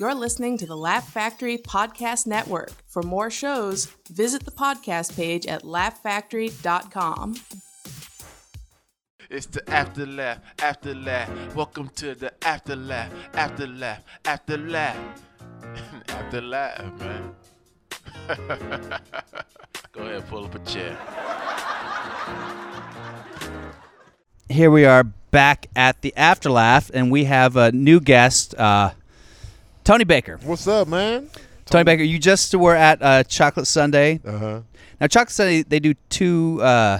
you're listening to the Laugh Factory Podcast Network. For more shows, visit the podcast page at laughfactory.com. It's the after laugh, after laugh. Welcome to the after laugh, after laugh, after laugh, after laugh, man. Go ahead, pull up a chair. Here we are back at the Afterlaugh, and we have a new guest, uh, Tony Baker. What's up, man? Tony Baker, you just were at uh, Chocolate Sunday. Uh huh. Now, Chocolate Sunday, they do two uh,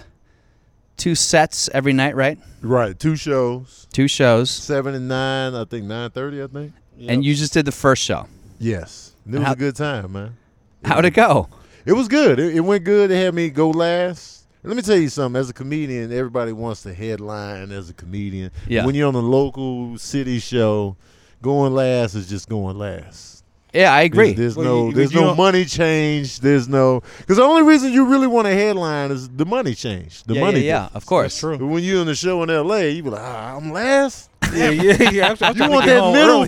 two sets every night, right? Right, two shows, Two shows, seven and nine. I think nine thirty. I think. and you just did the first show. Yes, it was How- a good time, man. How'd it go? It was good. It, it went good. They had me go last. Let me tell you something. As a comedian, everybody wants to headline as a comedian. Yeah. When you're on a local city show, going last is just going last. Yeah, I agree. There's, there's Well, no you- there's you no don't- money change. There's no because the only reason you really want a headline is the money change. The Yeah, money. yeah, yeah, difference. of course. That's true. But when you're in the show in L.A., you be like, ah, I'm last. Yeah, yeah, yeah. I'm, I'm You want that middle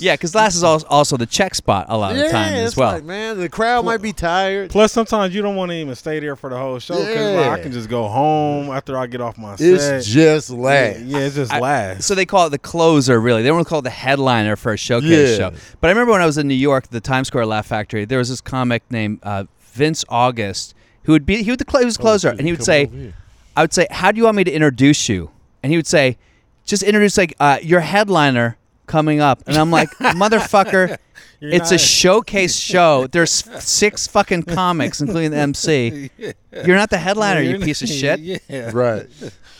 Yeah, because last is al- also the check spot a lot of Yeah, the time as it's well. like, man, the crowd might be tired. Plus, sometimes you don't want to even stay there for the whole show because Yeah. I can just go home after I get off my set. It's just last. yeah, yeah, it's just I- last. So they call it the closer, really. They don't call it the headliner for a showcase Yeah. show. But I remember when I was in New York, the Times Square Laugh Factory, there was this comic named uh, Vince August who would be he would the cl- he was a closer, dude, and he would come say, over here. "I would say, how do you want me to introduce you?" And he would say, "Just introduce like uh, your headliner." Coming up, and I'm like, motherfucker, it's a not- showcase show. There's six fucking comics, including the MC. You're not the headliner, you piece of shit. Yeah, Right.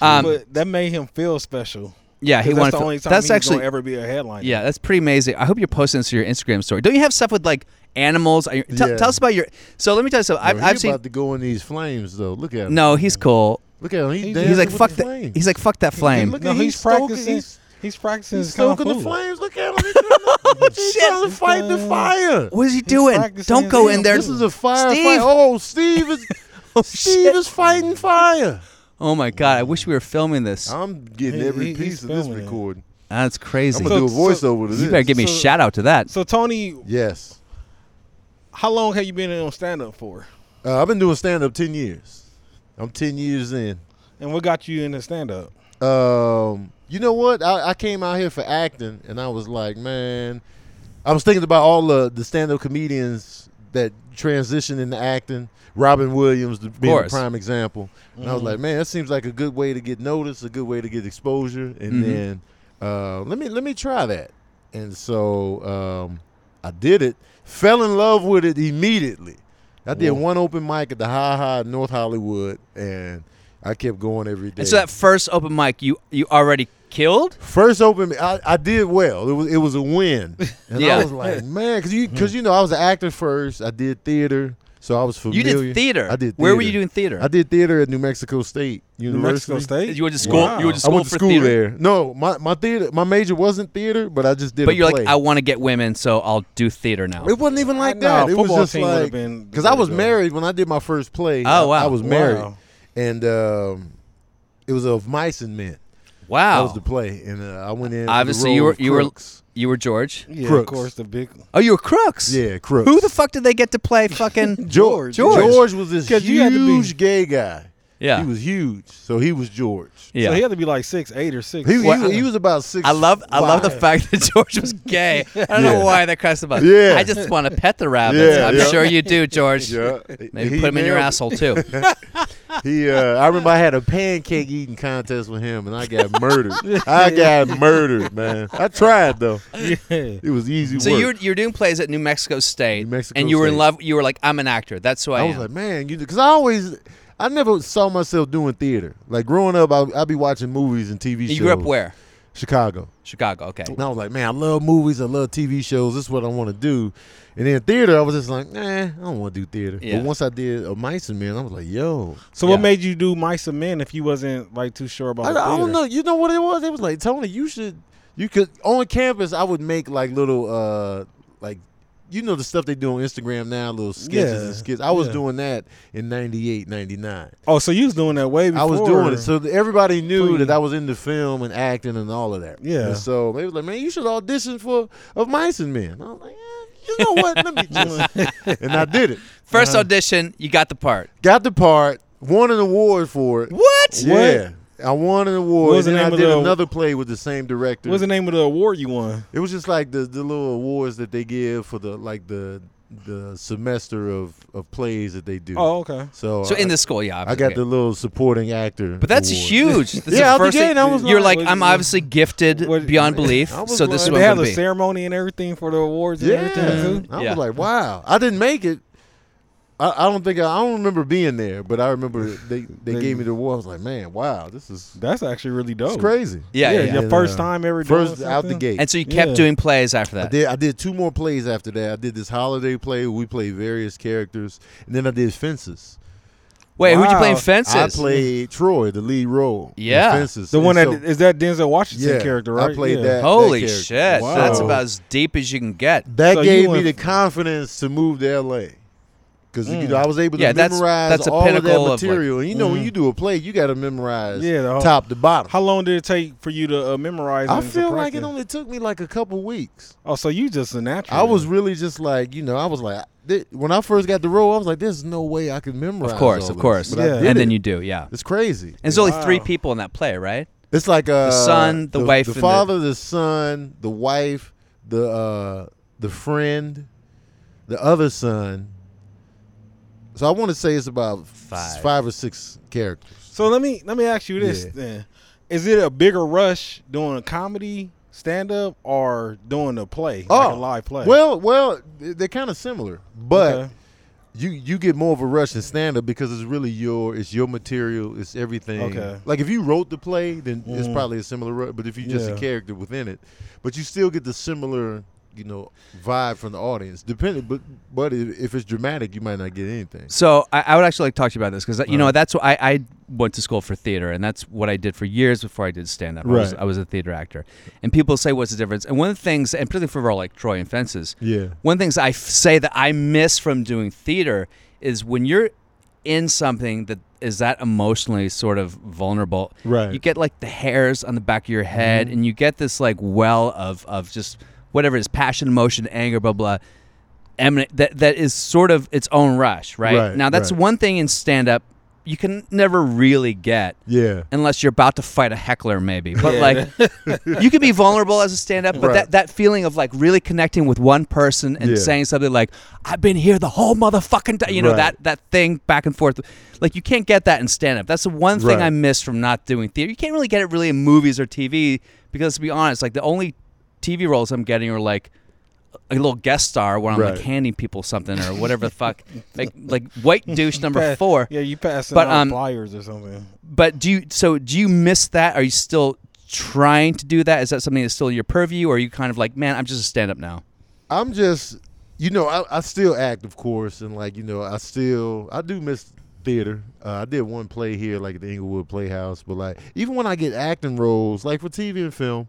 Um, but that made him feel special. yeah, he 'Cause wanted. that's the to- only time that's he's actually gonna ever be a headliner. Yeah, that's pretty amazing. I hope you're posting this to your Instagram story. Don't you have stuff with like animals? Are you- tell, Yeah. tell us about your. So let me tell you something. I've, Yo, he I've seen. about to go in these flames though. Look at him. No, he's cool. Look at him. He He's dancing like with fuck the that. flames. He's like fuck that flame. look no, He's he's, stoking- practicing. he's- He's, practicing He's his kung stoking the fu. flames. Look at him. He's trying to- He's trying to fight the fire. what is he doing? practicing Don't his go in heel. there. This is a fire Steve! Oh, fight. Oh, Steve is Steve shit. is fighting fire. oh my god! I wish we were filming this. I'm getting He- every he- piece he's of this filming it. recording. That's crazy. I'm gonna do a So- voiceover to this. you better give me a so- shout out to that. So Tony, Yes, how long have you been on stand up for? uh, I've been doing stand up ten years. I'm ten years in. And what got you into stand up? Um, you know what? I, I came out here for acting, and I was like, man, I was thinking about all the the stand up comedians that transitioned into acting. Robin Williams being a course. prime example. And I was like, man, that seems like a good way to get noticed, a good way to get exposure, and Mm-hmm. then uh, let me let me try that. And so um, I did it. Fell in love with it immediately. I did one open mic at the Ha Ha in North Hollywood, and I kept going every day. And so that first open mic, you you already killed. First open, I, I did well. It was it was a win, and Yeah. I was like, man, because you because you know I was an actor first. I did theater, so I was You familiar. did theater. I did. Theater. Where were you doing theater? I did theater at New Mexico State New University. Mexico State. You went to school. Wow. You went to I school went to for school theater. there. No, my, my theater, my major wasn't theater, but I just did. But a you're play. like, I want to get women, so I'll do theater now. It wasn't even like I that. know, It was football just team would've like been the because I way to was go. married when I did my first play. Oh, I- wow. I was married, Wow. and um, it was of mice and men. That Wow. was the play, and uh, I went in. for the Oh. Obviously, role you were of you were Crooks. you were George. Yeah, Crooks. of course, the big Oh, you were Crooks. yeah, crooks. Who the fuck did they get to play fucking George. George. was this 'Cause huge you had to be- gay guy. Yeah. He was huge. So he was George. Yeah. So he had to be like six, eight, or six. He, he, Well, he was about six. I love I love the five. fact that George was gay. I don't know Yeah. why that cracks him up. Yeah. I just want to pet the rabbits. Yeah, I'm yeah. sure you do, George. Yeah. Maybe He put him in your nailed it. asshole too. He, uh, I remember I had a pancake eating contest with him, and I got murdered. I got murdered, man. I tried though. Yeah. It was easy So work. you're you're doing plays at New Mexico State, New Mexico and you were in State. love. You were like, I'm an actor. That's who I, I am. was like, man, you because I always, I never saw myself doing theater. Like growing up, I, I'd be watching movies and TV you shows. grew up where? Chicago. Chicago. Okay. And I was like, man, I love movies. I love TV shows. This is what I want to do. And then theater, I was just like, nah, I don't want to do theater. Yeah. But once I did a Mice and Men, I was like, yo. So Yeah. what made you do Mice and Men if you wasn't like too sure about? I, I the don't Oh, theater? know. You know what it was? It was like, Tony, you should, you could, on campus, I would make like little, uh like, you know the stuff they do on Instagram now, little sketches Yeah, and skits. I was yeah. doing that in 98, 99. Oh, so you was doing that way before. I was doing it. So th- everybody knew Before you- that I was into film and acting and all of that. Yeah. And so they was like, man, you should audition for Of Mice and Men. I was like, eh, you know what? Let me just. and I did it. 1st audition, you got the part. Got the part, won an award for it. What? Yeah. I won an award. What was the and then name I of did the- another play with the same director. What's the name of the award you won? It was just like the the little awards that they give for the like the the semester of, of plays that they do. Oh, okay. so So I, in the school, yeah. I got obviously. the little supporting actor. But that's award. huge. This is Yeah, out the first thing- gate, I was you're like, like, I'm what- obviously gifted what- beyond belief, I was so this is like- what They I'm have a gonna be. ceremony and everything for the awards and Yeah, everything too. I Yeah. was like, wow, I didn't make it. I, I don't think I, I don't remember being there, but I remember they, they, They- gave me the award. I was like, man, wow, this is That's actually really dope. it's crazy. Yeah, yeah, Oh. Yeah, yeah. your yeah. first time ever doing First out the something? gate. And so you kept Yeah. doing plays after I that. did. I did two more plays after that. I did this holiday play where we played various characters, and then I did fences. Wait, who'd you Wow. play in Fences? I played Troy, the lead role. in Yeah. fences. The And one that so- is that Denzel Washington Yeah, character, I right? played yeah. that. Holy character. shit. Wow. That's about as deep as you can get. That So you gave me went- the confidence to move to LA. Because you know, I was able to Mm. Yeah, that's- memorize that's a all of that pinnacle of, like- mm. material. and you know, when you do a play, you got to memorize Yeah, the whole- top to bottom. How long did it take for you to uh, memorize? I and to feel like practice? it only took me like a couple weeks. Oh, so you just a natural. I was really just like, you know, I was like, thi- when I first got the role, I was like, there's no way I can memorize. Of course, all of this. course. But I Yeah. did And it. then you do, yeah. it's crazy. And there's only three Wow. people in that play, right? It's like uh, son, the wife, the and the- father, the son, the wife, the uh, the friend, the other son. So I want to say it's about s- Five. five or six characters. So let me let me ask you this Yeah. then: Is it a bigger rush doing a comedy stand up or doing a play, like a live play? Oh, Well, well, th- they're kind of similar, but Okay. you you get more of a rush in stand up because it's really your it's your material, it's everything. Okay. Like if you wrote the play, then it's Mhm. probably a similar rush. But if you're just Yeah. a character within it, but you still get the similar you know vibe from the audience. Depending, but but if, if it's dramatic, you might not get anything. So I, I would actually like to talk to you about this because you know that's what I, I went to school for theater and that's what I did for years before I did stand up. I, was, Right. I was a theater actor, and people say what's the difference? And one of the things, and particularly for a role like Troy and Fences, Yeah. one of the things I f- say that I miss from doing theater is when you're in something that is that emotionally sort of vulnerable. Right. Mm-hmm. You get like the hairs on the back of your head, and you get this like well of of just whatever it is passion, emotion, anger, blah blah. Eminent, that that is sort of its own rush, right? Right, now that's right. one thing in stand up you can never really get Yeah. unless you're about to fight a heckler maybe but Yeah. like you can be vulnerable as a stand-up but Right. that, that feeling of like really connecting with one person and Yeah. saying something like i've been here the whole motherfucking time you know Right. that that thing back and forth like you can't get that in stand-up that's the one thing Right. i miss from not doing theater you can't really get it really in movies or tv because to be honest like the only tv roles i'm getting are like a little guest star where I'm like Right. handing people something or whatever the fuck, like like white douche number Pass- four. Yeah, you passing But, but, um, flyers or something. But do you so do you miss that? Are you still trying to do that? Is that something that's still your purview, or are you kind of like, man, I'm just a stand up now? I'm just, you know, I, I still act, of course, and like you know, I still I do miss theater. Uh, I did one play here, like at the Inglewood Playhouse, but like even when I get acting roles, like for TV and film,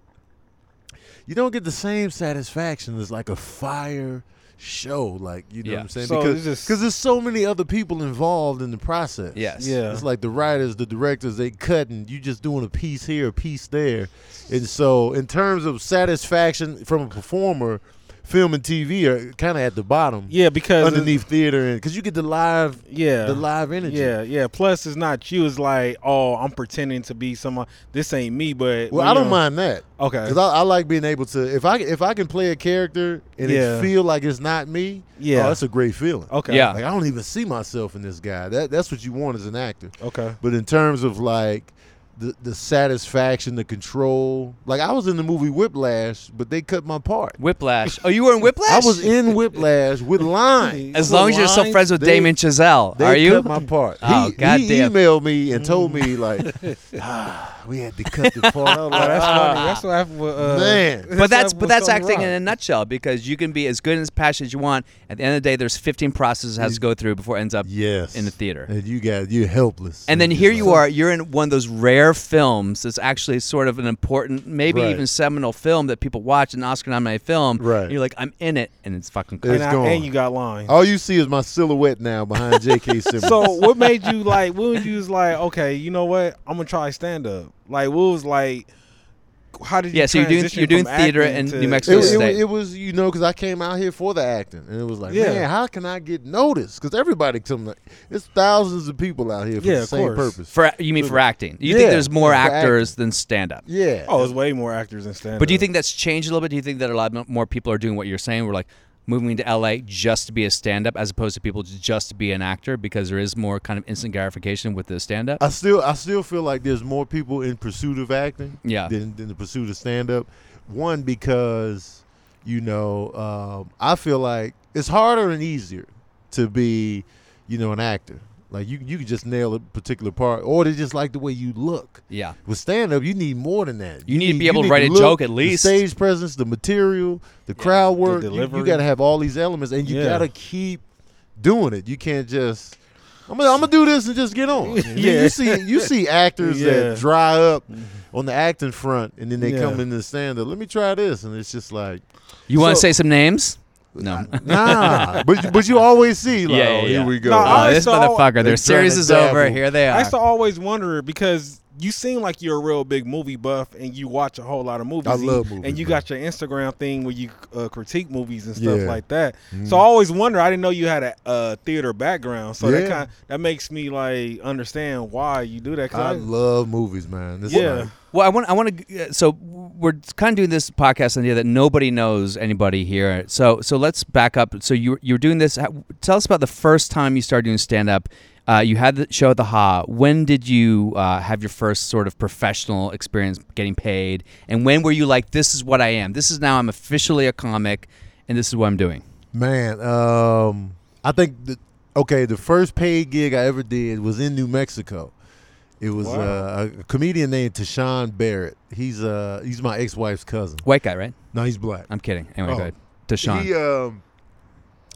you don't get the same satisfaction as like a fire show, like you know Yeah. what I'm saying? So because it's just- cause there's so many other people involved in the process. Yes. Yeah. It's like the writers, the directors, they cutting. You just doing a piece here, a piece there, and so in terms of satisfaction from a performer, film and TV are kind of at the bottom. Yeah, because it- underneath theater, and because you get the live, Yeah. the live energy. Yeah, yeah. Plus, it's not you. It's like, oh, I'm pretending to be someone. This ain't me, but Well, when I don't you're- mind that. Okay. Because I, I like being able to if I if I can play a character and Yeah. it feel like it's not me. Yeah. oh, that's a great feeling. Okay. Yeah. Like I don't even see myself in this guy. That that's what you want as an actor. Okay. But in terms of like the the satisfaction, the control, like I was in the movie Whiplash, but they cut my part. Whiplash. Oh, you were in Whiplash. I was in Whiplash with lines. As long as you're still Lines, friends with they- Damon Chazelle, They are you? cut my part. Oh, he, he goddamn. emailed me and told me Mm. like, ah, we had to cut the part. I was Oh, like, that's "Ah, funny. That's what happened with. Uh, man. but that's what but that's something acting in wrong. a nutshell because you can be as good and as passionate as you want. At the end of the day, there's 15 processes it has to go through before it ends up Yes. in the theater. And you got you're helpless. And then It's here like- you are. You're in one of those rare rare films that's actually sort of an important, maybe Right. even seminal film that people watch, an Oscar-nominated film. Right. and you're like, I'm in it, and it's fucking It's cool. and, I, gone. and you got lines. All you see is my silhouette now behind J.K. Simmons. So what made you like? What you was like? Okay, you know what? I'm gonna try stand up. Like what was like? How did you? Yeah, so you're doing- transition you're doing from theater acting in to- New Mexico It, was- it, State. was- it was, you know, because I came out here for the acting, and it was like, Yeah. man, how can I get noticed? Because everybody comes, it's thousands of people out here for Yeah, the of same course. purpose. For you mean for acting? You think Yeah, there's more for actors than stand-up? yeah. Oh, there's way more actors than stand up. But do you think that's changed a little bit? Do you think that a lot mo- more people are doing what you're saying? We're like moving to LA just to be a stand up as opposed to people j- just to be an actor because there is more kind of instant gratification with the stand up? I still, I still feel like there's more people in pursuit of acting, Yeah. than, than the pursuit of stand up. One because, you know, um, I feel like it's harder and easier to be, you know, an actor. Like you, you can just nail a particular part, or they just like the way you look. yeah. With stand up, you need more than that. You need to be able to write a joke at the least. stage presence, the material, the crowd work. you- you delivery. got to have all these elements, and you Yeah. got to keep doing it. You can't just. I'm gonna, I'm gonna do this and just get on. yeah. you, Yeah. see, you see actors Yeah. that dry up on the acting front, and then they Yeah. come into stand up. Let me try this, and it's just like, You want to So- say some names? No. nah. but you- but you always see, like, Yeah, oh, yeah, here yeah. we go. No, I oh, used this to al- motherfucker. They're Their series trying to is over. dabble. Here they I are. used to always wonder because you seem like you're a real big movie buff and you watch a whole lot of movies. I and- love movies, And you got your Instagram thing where you uh, critique movies and stuff Yeah. Mm-hmm. like that. So I always wonder. I didn't know you had a uh, theater background, so that Yeah. kind that makes me like understand why you do that. 'cause I love movies, man. It's yeah. like- Well, I want I want to. So we're kind of doing this podcast idea that nobody knows anybody here. So so let's back up. So you you're doing this. how- Tell us about the first time you started doing stand up. Uh, you had the show at the Ha. When did you uh, have your first sort of professional experience getting paid? And when were you like, this is what I am. This is now I'm officially a comic, and this is what I'm doing. Man, um, I think the, okay. The first paid gig I ever did was in New Mexico. It was Wow. uh, a comedian named Tashawn Barrett. He's uh he's my ex wife's cousin. White guy, right? No, he's black. I'm kidding. Anyway, Oh. go ahead. Deshaun. He um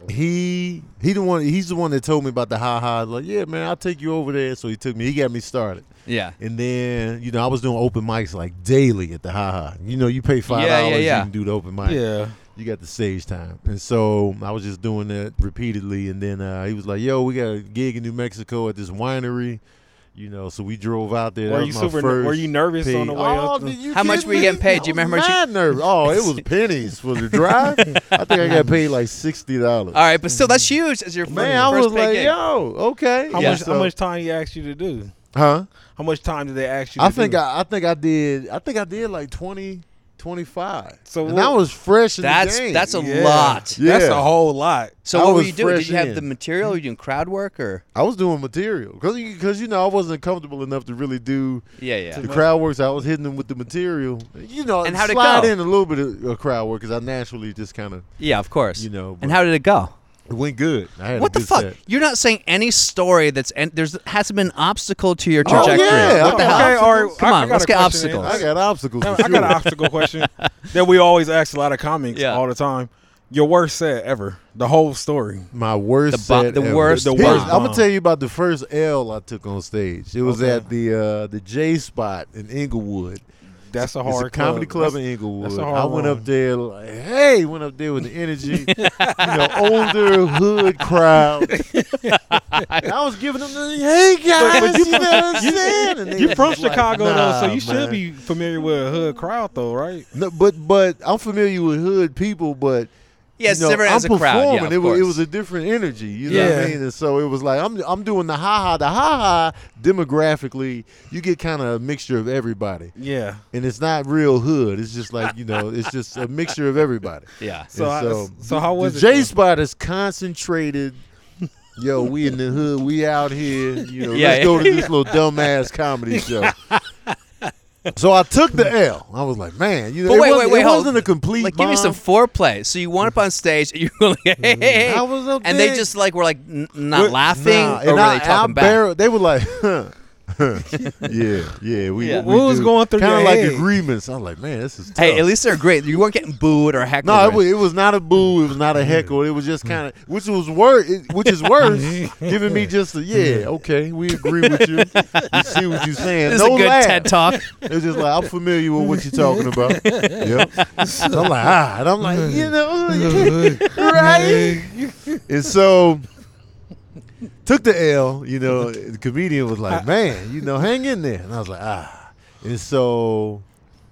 he he the one he's the one that told me about the ha ha. Like yeah, man, I'll take you over there. So he took me. He got me started. yeah. And then you know I was doing open mics like daily at the ha ha. You know you pay five Yeah, yeah, dollars yeah. you can do the open mic yeah. you got the stage time. And so I was just doing that repeatedly. And then uh, he was like, yo, we got a gig in New Mexico at this winery. You know, so we drove out there. That Were was you my super? first Were you nervous on the pay- way up? Oh, to- did you How much kidding were you me? getting paid? I Do you was remember how much mad nervous. Oh, it was pennies for the drive. I think I got paid like sixty dollars. All right, but still, that's huge as your fir- Man, I first was paid like, gig. yo, okay. How Yeah. much? So- How much time you asked you to do? Huh? How much time did they ask you? To I think do? I, I think I did. I think I did like 20, 25. So and what- I was fresh in That's the game. that's a Yeah. lot. That's Yeah. a whole lot. So I what were was you doing? Did fresh you have in. the material? Were you doing crowd work or? I was doing material because you know I wasn't comfortable enough to really do Yeah, yeah. the crowd works. I was hitting them with the material, you know, And how'd it slide go? in a little bit of of crowd work because I naturally just kind of Yeah, of course. You know, And but- how did it go? it went good. I had a What the good fuck? set. You're not saying any story that's and there's hasn't been an obstacle to your Oh, trajectory. yeah, What the I got hell? obstacles. all right, Come I- I on, got let's a get question, man. obstacles. I got obstacles. I for I got an sure. obstacle question that we always ask a lot of comics Yeah. all the time. Your worst set ever, the whole story. My worst The bo- set the ever. worst The Here's- bomb. I'm gonna tell you about the first L I took on stage. It was Okay. at the uh, the J Spot in Inglewood. That's a It's hard a comedy club, That's- in Inglewood. that's a hard I went one. up there like, hey, went up there with the energy, you know, older hood crowd. And I was giving them, the, hey guys, but you, you know what I'm saying? And they you was from like, Chicago "Nah, though, so man." you should be familiar with a hood crowd though, right? No, but but I'm familiar with hood people, but Yes, you know, different I'm as a crowd. Yeah, performing. of it, was, it course. was a different energy. You know what Yeah. I mean? And so it was like I'm I'm doing the ha ha the ha ha. Demographically, you get kind of a mixture of everybody, Yeah. and it's not real hood. It's just like you know, it's just a mixture of everybody. Yeah. So And I- so, so how was the it? J Spot is concentrated. Yo, we in the hood. We out here. You know, Yeah, let's go yeah. to this little dumbass comedy show. So I took the L. I was like, man, you know, But it, wait, wasn't, wait, wait, it hold- wasn't a complete. Like, give me some bomb. foreplay. So you went up on stage and you were like, hey, hey, hey. I was up and they there. just like were like n- not Nah, laughing, and or were they I- talking I back? barrel- They were like, huh. yeah, yeah. We, Yeah. we What was going through Kind your of like head? agreements. I was like, man, this is tough. Hey, at least they're great. You weren't getting booed or heckled. no, or it was, it was not a boo. It was not a heckle. It was just kind of, which was worse, which is worse, giving me just a yeah. Okay, we agree with you. We see what you're saying. This is no a good laugh. TED talk. It was just like I'm familiar with what you're talking about. yep. So I'm like ah, and I'm like you know right. and so took the L. You know, the comedian was like, man, you know, hang in there. And I was like ah, and so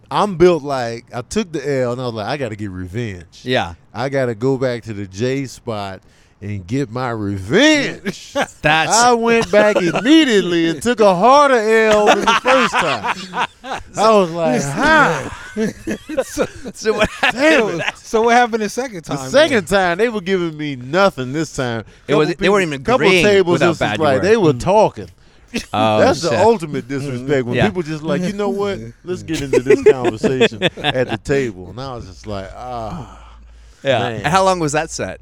I'm built like I took the L, and I was like I got to get revenge. yeah, I got to go back to the J spot and get my revenge. that's I went back immediately and took a harder L than the first time. I was like, "Huh." so what Damn happened. it. Ah, So what happened the second time? The second time they were giving me nothing. This time It was- Couple they weren't even couple agreeing tables. with how This bad is you like were. they Mm. were talking. Oh, That's the shit. ultimate disrespect when Yeah. people just like, you know what? Let's get into this conversation at the table. And I was just like, ah. Yeah. man. And How long was that set?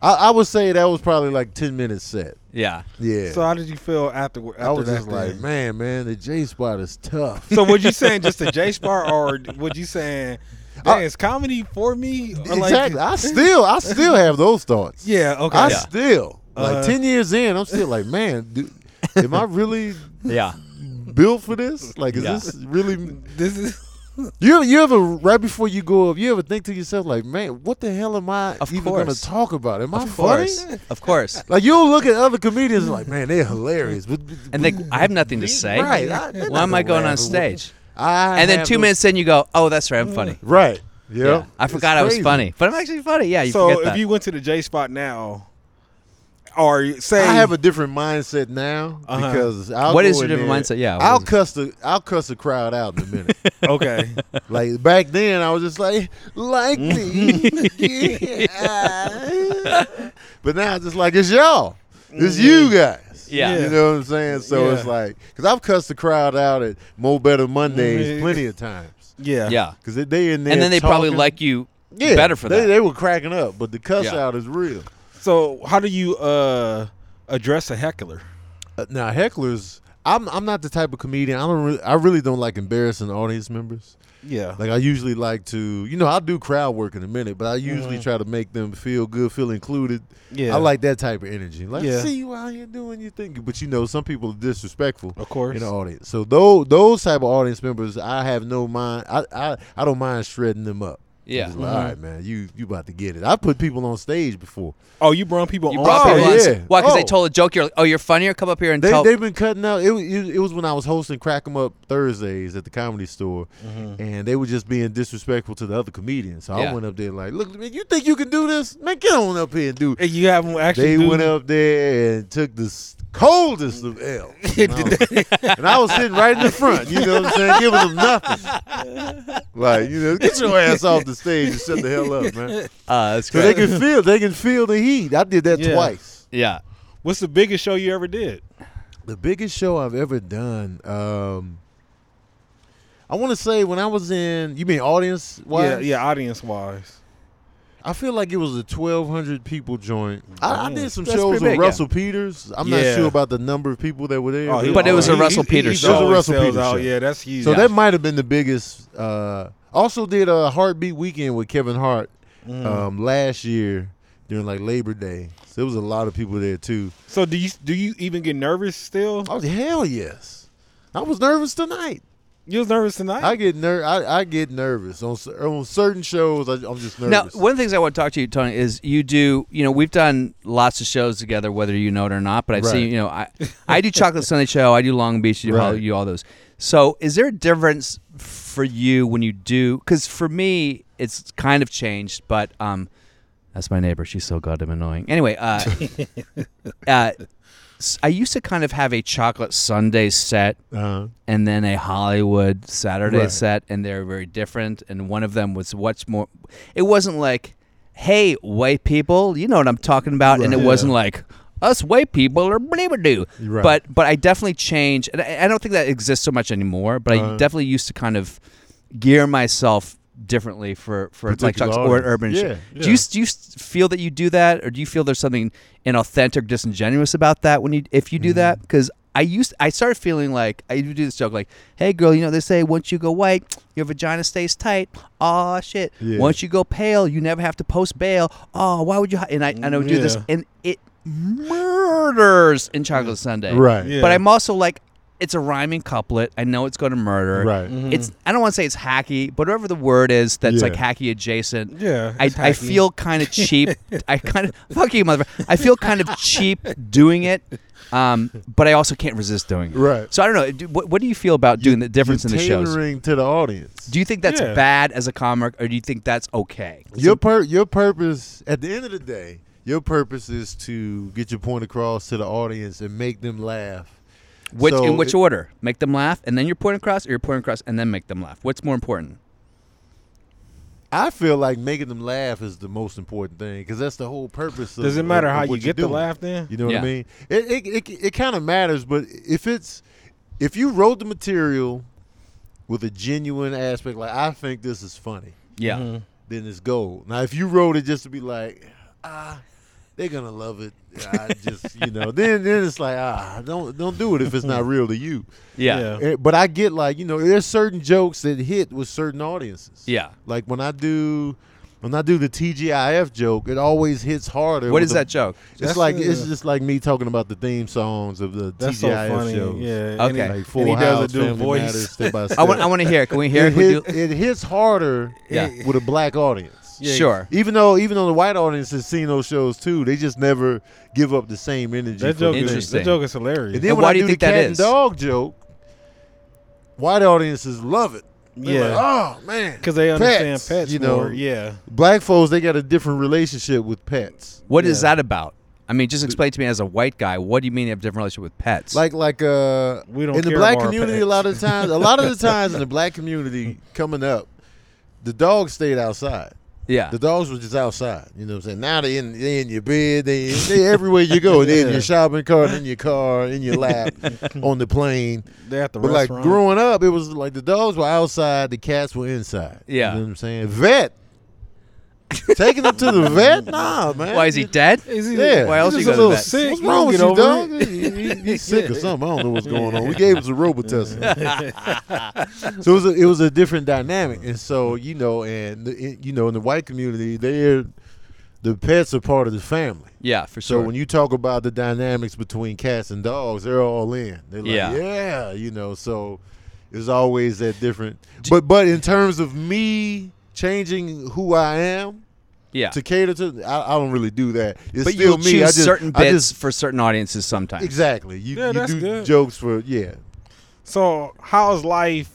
I, I would say that was probably like ten minutes set. Yeah. Yeah. So how did you feel afterward? After I was that just like, thing? man, man, the J spot is tough. So what you saying? Just a J spar, or what you saying? I- Dang, is comedy for me? Or like- Uh, exactly. I still, I still have those thoughts. Yeah. Okay. I Yeah. Uh, still, like Uh-huh. ten years in, I'm still like, man, dude, am I really Yeah. built for this? Like, is Yeah. this really? This is. You, you ever right before you go up, you ever think to yourself like, man, what the hell am I Of even going course. to talk about? Am I Of funny? course. Of course. Like you'll look at other comedians like, man, they're hilarious, but And then I have nothing to say. Right. I- they're Why not am I gonna going on laugh at what- stage? I And then have two no- Mm. minutes in, you go, "Oh, that's right, I'm funny." Right. Yeah. Yeah. I It's forgot I was crazy. funny, but I'm actually funny. Yeah. You so forget if that. you went to the J spot now, or say I have a different mindset now Uh-huh. because I'll What go is your in different there- mindset? Yeah, what I'll is- cuss the I'll cuss the crowd out in a minute. okay. like back then, I was just like like me, Yeah. but now it's just like it's y'all, it's you guys. Mm-hmm. Yeah. you know what I'm saying. So it's Yeah. like because I've cussed the crowd out at Mo Better Mondays Mhm. plenty of times Yeah. yeah. because they in there Mm-hmm. And then they probably talking. like you Yeah, better for they, that. They were cracking up, but the cuss Yeah. out is real. So how do you uh address a heckler? Uh, now hecklers, I'm I'm not the type of comedian. I don't really, I really don't like embarrassing audience members. Yeah. Like I usually like to, you know, I'll do crowd work in a minute, but I usually try to make them feel good, feel included. Mm-hmm. Yeah. I like that type of energy. Like Yeah. see you out here doing your thing, but you know, some people are disrespectful Of course. in the audience. So those those type of audience members, I have no mind. I I, I don't mind shredding them up. I'm Yeah. just Mm-hmm. like, all right, man, you you about to get it. I put people on stage before. oh, you brought people You on. brought Oh, people on. yeah. Why? Because they Oh. told a joke. You're like, "Oh, you're funnier. Come up here and They tell." they've been cutting out. It, was- it, it was when I was hosting Crack 'em Up Thursdays at the Comedy Store, Mm-hmm. and they were just being disrespectful to the other comedians. So Yeah. I went up there like, "Look, man, you think you can do this? Man, get on up here and do." it." And you have them actually. They do- went up there and took the s- coldest of L, and, I was- and I was sitting right in the front. You know what I'm saying? Giving them nothing. Like you know, get your ass off the stage and shut the hell up, man. uh, that's So they great. can feel, they can feel the heat. I did that Yeah. twice. yeah. What's the biggest show you ever did? The biggest show I've ever done. Um, I want to say when I was in, you mean audience Yeah. wise? Yeah. Audience wise. I feel like it was a twelve hundred people joint. I, I Mm. did some That's shows pretty with big, yeah. Russell Peters. I'm Yeah. not sure about the number of people that were there, Oh, he But it was a always- Russell he- Peters he's show. It was a always Russell sells Peters out. show. Yeah, that's huge. so Yeah. that might have been the biggest. Uh, also did a heartbeat weekend with Kevin Hart Mm. um, last year during like Labor Day. So there was a lot of people there too. So do you do you even get nervous still? Oh hell yes, I was nervous tonight. You was nervous tonight. I get ner- I, I get nervous on cer- on certain shows. I, I'm just Now, nervous. one of the things I want to talk to you, Tony, is you do. You know, we've done lots of shows together, whether you know it or not. But I've Right. seen. You know, I I do Chocolate Sunday show. I do Long Beach. You do Right. all, you all those. So, is there a difference for you when you do? Because for me, it's kind of changed. But um, that's my neighbor. She's so goddamn annoying. Anyway, uh, uh, s- I used to kind of have a Chocolate Sunday set uh-huh. and then a Hollywood Saturday Right. set, and they're very different. And one of them was what's more. It wasn't like, "Hey, white people," you know what I'm talking about, and it Right. wasn't like us white people or whatever do. Right. But but I definitely changed, and I, I don't think that exists so much anymore. But Uh-huh. I definitely used to kind of gear myself differently for for like Particular talks or an audience. urban show. Yeah, Do you yeah. do you s- feel Mm. that you do that, or do you feel there's something inauthentic, disingenuous about that when you if you do that? 'Cause that? Because I used I started feeling like I used to do this joke like, "Hey girl, you know they say once you go white, your vagina stays tight. Oh shit. Yeah. Once you go pale, you never have to post bail. Oh, why would you?" hi-" And I and I would do this, Yeah. and it murders in Chocolate Sunday. Mm. Right. Yeah. But I'm also like, it's a rhyming couplet. I know it's going to murder. Right. Mm-hmm. It's I don't want to say it's hacky, but whatever the word is that's Yeah. like hacky adjacent. Yeah, I, it's I hacky. feel kind of cheap. I kind of fuck you, motherfucker. I feel kind of cheap doing it, um, but I also can't resist doing it. Right. So I don't know. Do- What, what do you feel about doing the difference in the shows? Tailoring to the audience. Do you think that's Yeah. bad as a comic, or do you think that's okay? your pur- your purpose at the end of the day, your purpose is to get your point across to the audience and make them laugh. Which, So in which it- order? Make them laugh, and then your point across, or your point across, and then make them laugh. What's more important? I feel like making them laugh is the most important thing because that's the whole purpose. Of, Does it matter of- of how what you you're get the doing. laugh then? You know what Yeah. I mean? It it it, it kind of matters, but if it's if you wrote the material with a genuine aspect, like I think this is funny, Yeah. then it's gold. Now, if you wrote it just to be like, ah, they're gonna love it. I just you know, then then it's like ah, don't don't do it if it's not real to you. Yeah. Yeah. Eh, But I get like you know, there's certain jokes that hit with certain audiences. Yeah. Like when I do when I do the TGIF joke, it always hits harder. What with is the- that joke? It's That's like it's a- just like me talking about the theme songs of the That's so TGIF funny. shows. Yeah. and he- Okay. Like and Full he House, does a do Family voice. Matters, Step by Step. I want. I want to hear. it. Can we hear? it, it? We hit- do- it hits harder eh, Yeah. with a black audience. Yeah. Sure. Even though even though the white audience has seen those shows too, they just never give up the same energy. That for joke the is thing. Interesting. that joke is hilarious. And then And when why I do do, you think the that cat is? and dog joke, white audiences love it. They're Yeah. like, oh man, Because they understand pets, you know. more. Yeah. Black folks they got a different relationship with pets. What is Yeah. that about? I mean, just explain to me as a white guy, what do you mean you have a different relationship with pets? Like like uh We don't in the care black about our community a pets. lot of the times a lot of the times in the black community coming up, the dogs stayed outside. yeah. The dogs were just outside. You know what I'm saying? Now they in they in your bed, they they everywhere you go. They in your shopping cart, in your car, in your lap, on the plane. They at the But like restaurant. growing up, it was like the dogs were outside, the cats were inside. Yeah. you know what I'm saying. Vet, taking them to the vet? Nah, man. Why is he dead? Is he- Yeah. Why else he's you just go to a little that? sick. What's He wrong gonna with get you, over dog? it. He- he- he's sick or something. I don't know what's going on. We gave him some Robitussin. so it was a, it was a different dynamic, and so you know, and the, in- you know, in the white community, they're the pets are part of the family. Yeah, for So sure. when you talk about the dynamics between cats and dogs, they're all in. They're like, Yeah. yeah, you know. So it's always that different. But but in terms of me changing who I am yeah. to cater to, I, I don't really do that. It's but still you me. choose I just, certain I bits just- for certain audiences sometimes. exactly. You, Yeah, you that's do good. jokes for yeah. So how's life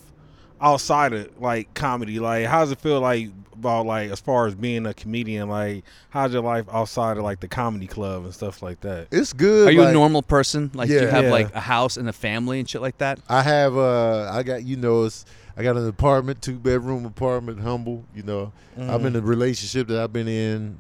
outside of like comedy? Like how's it feel like about like as far as being a comedian? Like how's your life outside of like the comedy club and stuff like that? It's good. Are you like, a normal person? Like do you Yeah. have Yeah. like a house and a family and shit like that? I have uh I got you know it's I got an apartment, two bedroom apartment, humble, you know. I'm Mm. in a relationship that I've been in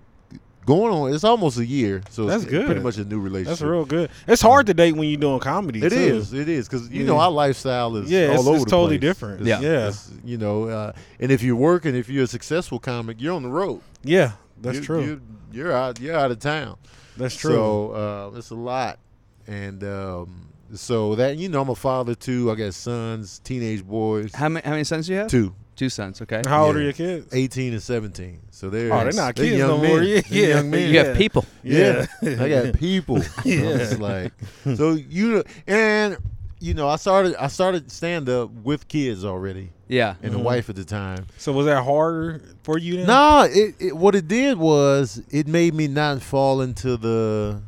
going on it's almost a year. So That's it's good. pretty much a new relationship. That's real good. It's hard to date when you're doing comedy. It too. is. It is because you Yeah. know our lifestyle is all Yeah, it's- over it's the totally place. different. It's- Yeah. Yeah. it's, you know, uh, and if you're working, if you're a successful comic, you're on the road. Yeah, that's You're- true. You're, you're out. You're out of town. that's true. So uh, it's a lot, and um, so that you know, I'm a father too. I got sons, teenage boys, How many how many sons do you have? two. Two sons, okay. how old are yeah. your kids? 18 and 17. So they're, Oh, they're not kids young no men. more. Yeah, They're yeah. young men. you have people. Yeah, Yeah. I got people. yeah, like so you know, and you know, I started I started stand up with kids already Yeah. and Mm-hmm. a wife at the time. So was that harder for you? Then? No, it, it what it did was it made me not fall into the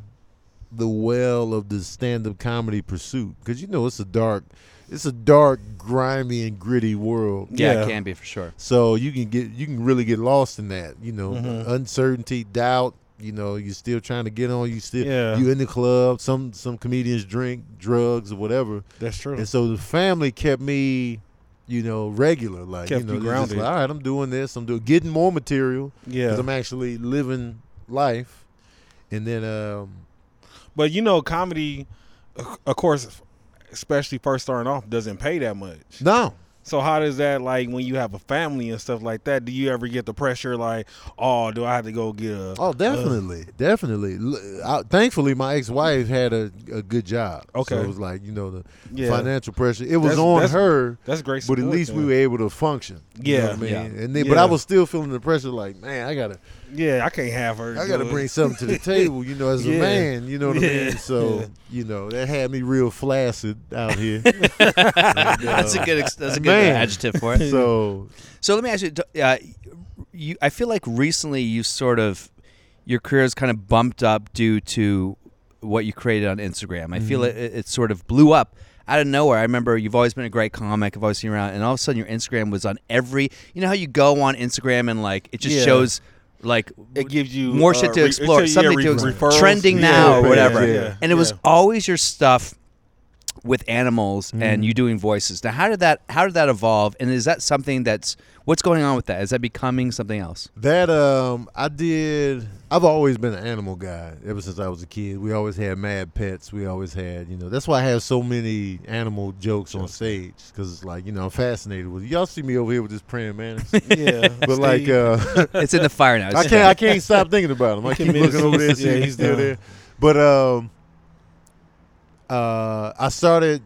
the well of the stand up comedy pursuit because you know it's a dark, it's a dark, grimy and gritty world. Yeah, Yeah. it can be for sure. So you can get you can really get lost in that, you know, uncertainty, doubt. You know, you're still trying to get on. You still Yeah. you in the club. Some some comedians drink drugs or whatever, that's true. and so the family kept me, you know, regular. Like Kept you know, you it's just grounded. like, all right, I'm doing this. I'm doing getting more material yeah, because I'm actually living life, and then um, But you know, comedy, of- of course, especially first starting off, doesn't pay that much. no, So how does that like when you have a family and stuff like that? Do you ever get the pressure like, oh, do I have to go get a? Oh, definitely, definitely. L- I, thankfully, my ex-wife had a, a good job. Okay. so it was like you know the Yeah. financial pressure. It was That's- on that's- her. that's great But at support least we then. were able to function. You know Yeah. what I mean, Yeah. and then, but I Yeah. was still feeling the pressure. Like, man, I gotta, Yeah, I can't have her. I gotta do it. bring something to the table. You know, as a Yeah. man, you know what I Yeah. mean. So Yeah. you know that had me real flaccid out here. that's a good. ex- That's a good Man. adjective for it. so So let me ask you, d- uh, you. I feel like recently you sort of your career has kind of bumped up due to what you created on Instagram. I feel it, it it sort of blew up out of nowhere. I remember you've always been a great comic. I've always seen you around, and all of a sudden your Instagram was on every. You know how you go on Instagram and like it just Yeah. shows like It gives you more uh, shit to re- explore, it tell you, something yeah, to re- explore, referrals. trending Yeah, now or yeah, whatever. yeah, and it was yeah. always your stuff with animals and you doing voices. Now, how did that how did that evolve? And is that something that's what's going on with that? Is that becoming something else? That um, I did. I've always been an animal guy ever since I was a kid. We always had mad pets. We always had, you know. That's why I have so many animal jokes on stage because it's like, you know, I'm fascinated with. Y'all see me over here with this praying mantis, Yeah, but like, uh, It's in the fire now. I It's- can't. I can't stop thinking about him. I keep committed looking over there. and suicide. see if Yeah, he's he's still done. there. But um, uh, I started.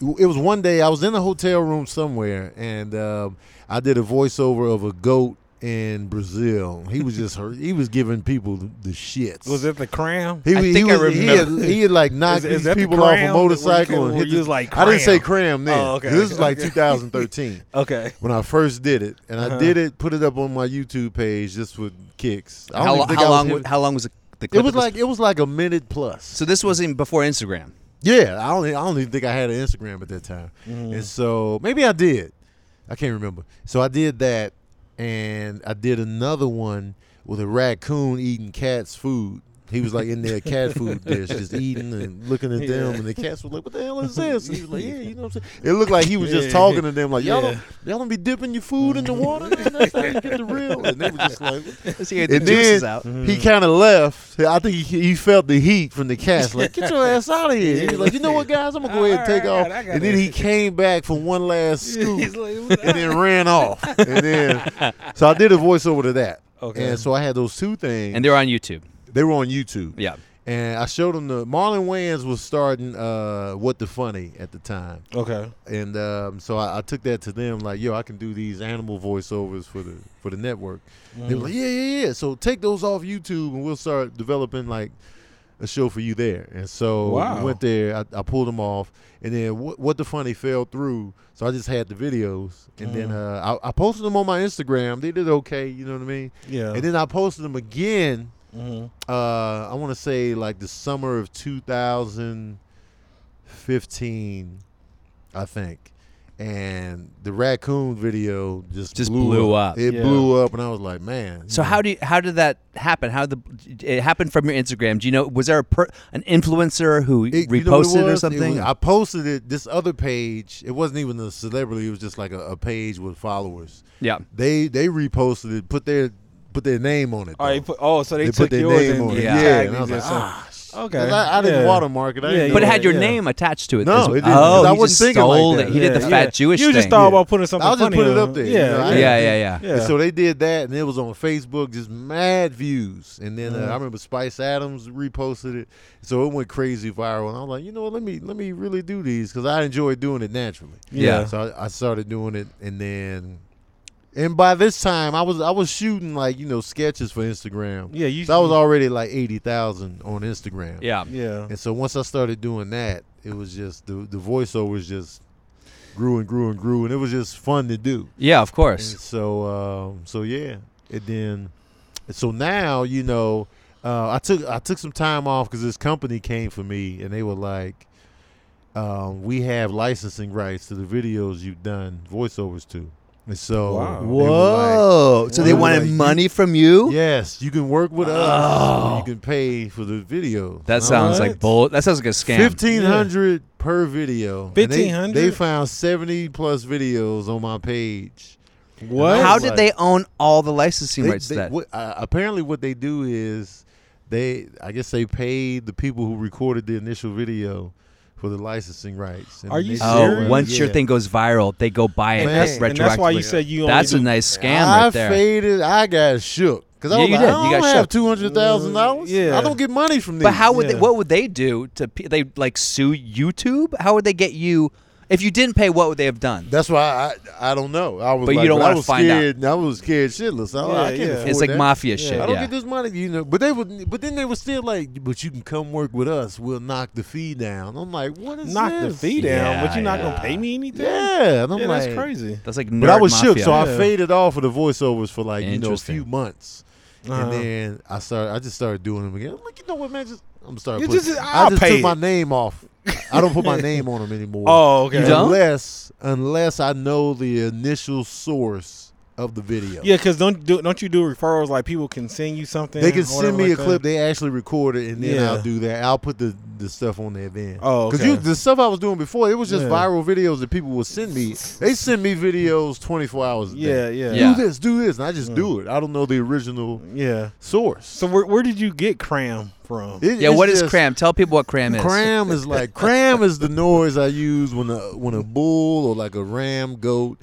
It was one day I was in a hotel room somewhere, and um, I did a voiceover of a goat in Brazil. He was just hurt. He was giving people the shits. was it the cram? He, I was- he think I was- he remember. had, he had like knocked Is- is these that the people off a cram that when you came- motorcycle and where hit you the- was like, I didn't say cram? cram then. Oh, okay, This is okay, like okay. 2013 Okay. when I first did it, and I Uh-huh. did it, put it up on my YouTube page just for kicks. I don't How, even think how I was long? hit- wa- How long was the, the clip? it was of this? like it was like a minute plus. so. This wasn't before Instagram. Yeah, I don't I don't even think I had an Instagram at that time, Mm-hmm. and so maybe I did. I can't remember. So I did that, and I did another one with a raccoon eating cat's food. He was like in their cat food dish, just eating and looking at them, and the cats were like, "What the hell is this?" And he was like, "Yeah, you know what I'm saying." It looked like he was just Yeah. talking to them, like, "Y'all, Yeah. don't, y'all don't be dipping your food in the water. Man, that's how you get the real." And they were just like, "What the See, and then he kind of left. I think he, he felt the heat from the cast. Like, get your ass out of here. He was like, you know what, guys? I'm going to go ahead and All right, take I off. got it, I got and then it. he came back for one last He's scoop like, and then ran off. And then, so I did a voiceover to that. Okay. And so I had those two things. And they're on YouTube. they were on YouTube. Yeah. And I showed them the Marlon Wayans was starting uh, What the Funny at the time. okay. And um, so I, I took that to them, like, yo, I can do these animal voiceovers for the for the network. They were Mm-hmm. like, yeah, yeah, yeah. So take those off YouTube, and we'll start developing like a show for you there. And so Wow. we went there. I, I pulled them off, and then what, what the funny fell through. So I just had the videos, and then Mm-hmm. uh, I, I posted them on my Instagram. They did okay, you know what I mean. Yeah. And then I posted them again. Mhm. Uh, I want to say like the summer of 2015, I think. And the raccoon video just Just blew up. It Yeah. blew up, and I was like, man. So how do you, how did that happen? How the it happened from your Instagram? Do you know? Was there a per, an influencer who It- you know what it reposted or was? It something? was- I posted it this other page. It wasn't even a celebrity. It was just like a, a page with followers. yeah. They they reposted it, put their put their name on it. Oh, they though. put, oh, so they, They took put their yours name and, on and it. yeah. Yeah, tagged and I was it, like, so- ah, okay. Because I, I didn't yeah. watermark it. I Yeah, didn't you But it know had your Yeah. name attached to it. No, as well. it didn't, 'cause Oh, I he wasn't just thinking like stole that. it. He did the Yeah. fat Yeah. Jewish You thing. just thought Yeah. about putting something I'll just funny put it on up there. You know, I Yeah, didn't yeah, think- yeah, yeah. yeah. And so they did that, and it was on Facebook, just mad views. And then Uh-huh. uh, I remember Spice Adams reposted it, so it went crazy viral. And I was like, you know what? Let me let me really do these because I enjoy doing it naturally. Yeah. So I, I started doing it, and then. And by this time, I was I was shooting like you know sketches for Instagram. Yeah, you- So I was already like eighty thousand on Instagram. Yeah. Yeah. And so once I started doing that, it was just the the voiceovers just grew and grew and grew, and it was just fun to do. Yeah, of And course. so, um, so yeah, and then, so now you know, uh, I took I took some time off because this company came for me, and they were like, um, "We have licensing rights to the videos you've done voiceovers to," and so Wow. they were like, so they wanted money from you? yes, you can work with us. or You can pay for the video. That sounds like What? bull. That sounds like a scam. Fifteen hundred per video. And they- 1500? They, found seventy plus videos on my page. What? How was did like- they own all the licensing They- rights to they- that? what- uh, apparently, what they do is they, I guess, they paid the people who recorded the initial video for the licensing rights. and Are it you makes it Oh, Serious? worth- once your yeah. thing goes viral, they go buy it Man. that's retroactively. And that's why you said you only That's do, a nice scam I right there. faded. I got shook because I Yeah, was you like, did. I You don't got have shook. two hundred thousand dollars. Yeah. I don't get money from this. But how would they, Yeah. what would they do to pe- they like sue YouTube? How would they get you if you didn't pay? What would they have done? That's why I I don't know. I was But you like, don't I wanna was find out. scared. I was scared shitless. I, I Yeah, can't yeah. afford It's like that. mafia Yeah. shit. I don't yeah. get this money, you know. But they would, but then they were still like, "But you can come work with us. We'll knock the fee down." I'm like, "What is knock the this? fee down, but Yeah, you're not yeah. gonna pay me anything. Yeah, and I'm Yeah, like, that's crazy. That's like nerd But I was shook, mafia. so I Yeah. faded off of the voiceovers for like you know a Interesting. few months, Uh-huh. and then I started. I just started doing them again. I'm like, you know what, man? Just I'm gonna start. You putting- just- I I'll just pay took it. my name off. I don't put my name on them anymore. Oh, okay. You don't? unless unless I know the initial source of the video. Yeah, because don't do don't you do referrals like people can send you something? They can or send whatever me a like that? clip they actually recorded, and then Yeah. I'll do that. I'll put the, the stuff on there then. Oh, okay. you the stuff I was doing before, it was just Yeah. viral videos that people would send me. They send me videos twenty four hours. A Yeah, day. yeah, Yeah. Do this, do this, and I just do it. I don't know the original yeah. source. So where where did you get cram from? It- yeah, it's what is just- cram? Tell people what cram is. Cram is like cram is the noise I use when a when a bull or like a ram, goat,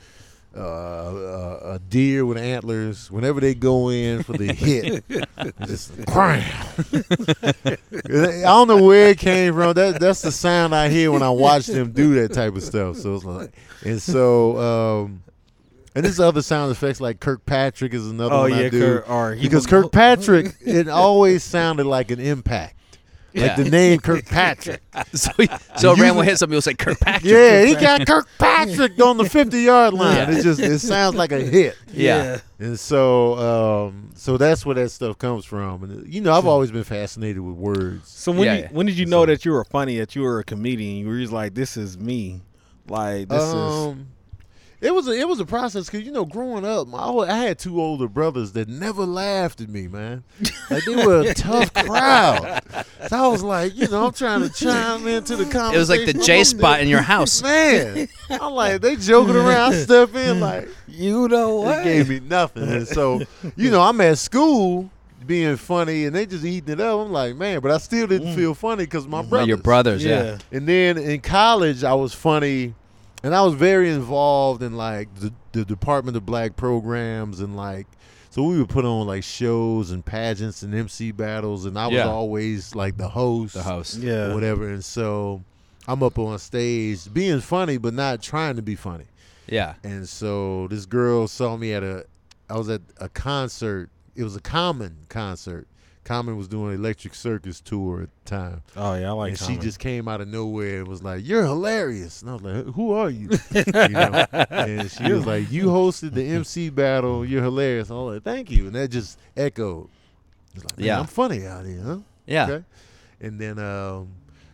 uh, uh, a deer with antlers, whenever they go in for the hit, just cram. I don't know where it came from. That that's the sound I hear when I watch them do that type of stuff. So it's like, and so. Um, and this other sound effects like Kirkpatrick is another Oh, one I yeah, do Kirk- or he because would- Kirkpatrick it always sounded like an impact, Yeah. like the name Kirkpatrick. so so Ram will hit somebody who's like Kirkpatrick. Yeah, he got Kirkpatrick on the fifty yard line. It just it sounds like a hit, Yeah. and so um, so that's where that stuff comes from. And you know, I've always been fascinated with words. So when Yeah, you, yeah. when did you know that you were funny? That you were a comedian? You were just like, this is me. Like this is Um, it was a, it was a process because you know, growing up, my, old- I had two older brothers that never laughed at me, man. Like they were a tough crowd. So I was like, you know, I'm trying to chime into the conversation. It was like the I'm J on spot in your house. Man, I'm like they joking around. I step in like you know what? It gave me nothing. And so you know I'm at school being funny, and they just eating it up. I'm like man, but I still didn't feel funny because my brother. Mm. Your brothers, yeah. yeah. And then in college I was funny, and I was very involved in like the, the Department of Black programs and like. So we would put on like shows and pageants and MC battles, and I was Yeah. always like the host The house. yeah. or whatever. And so I'm up on stage being funny, but not trying to be funny. Yeah. And so this girl saw me at a, I was at a concert. It was a Common concert. Common was doing Electric Circus tour at the time. Oh yeah, I like. and she comedy. just came out of nowhere and was like, "You're hilarious," and I was like, "Who are you?" you know? And she was like, "You hosted the MC battle. You're hilarious." And I was like, "Thank you," and that just echoed. I was like, "Man, Yeah. I'm funny out here, huh?" Yeah. Okay. And then um,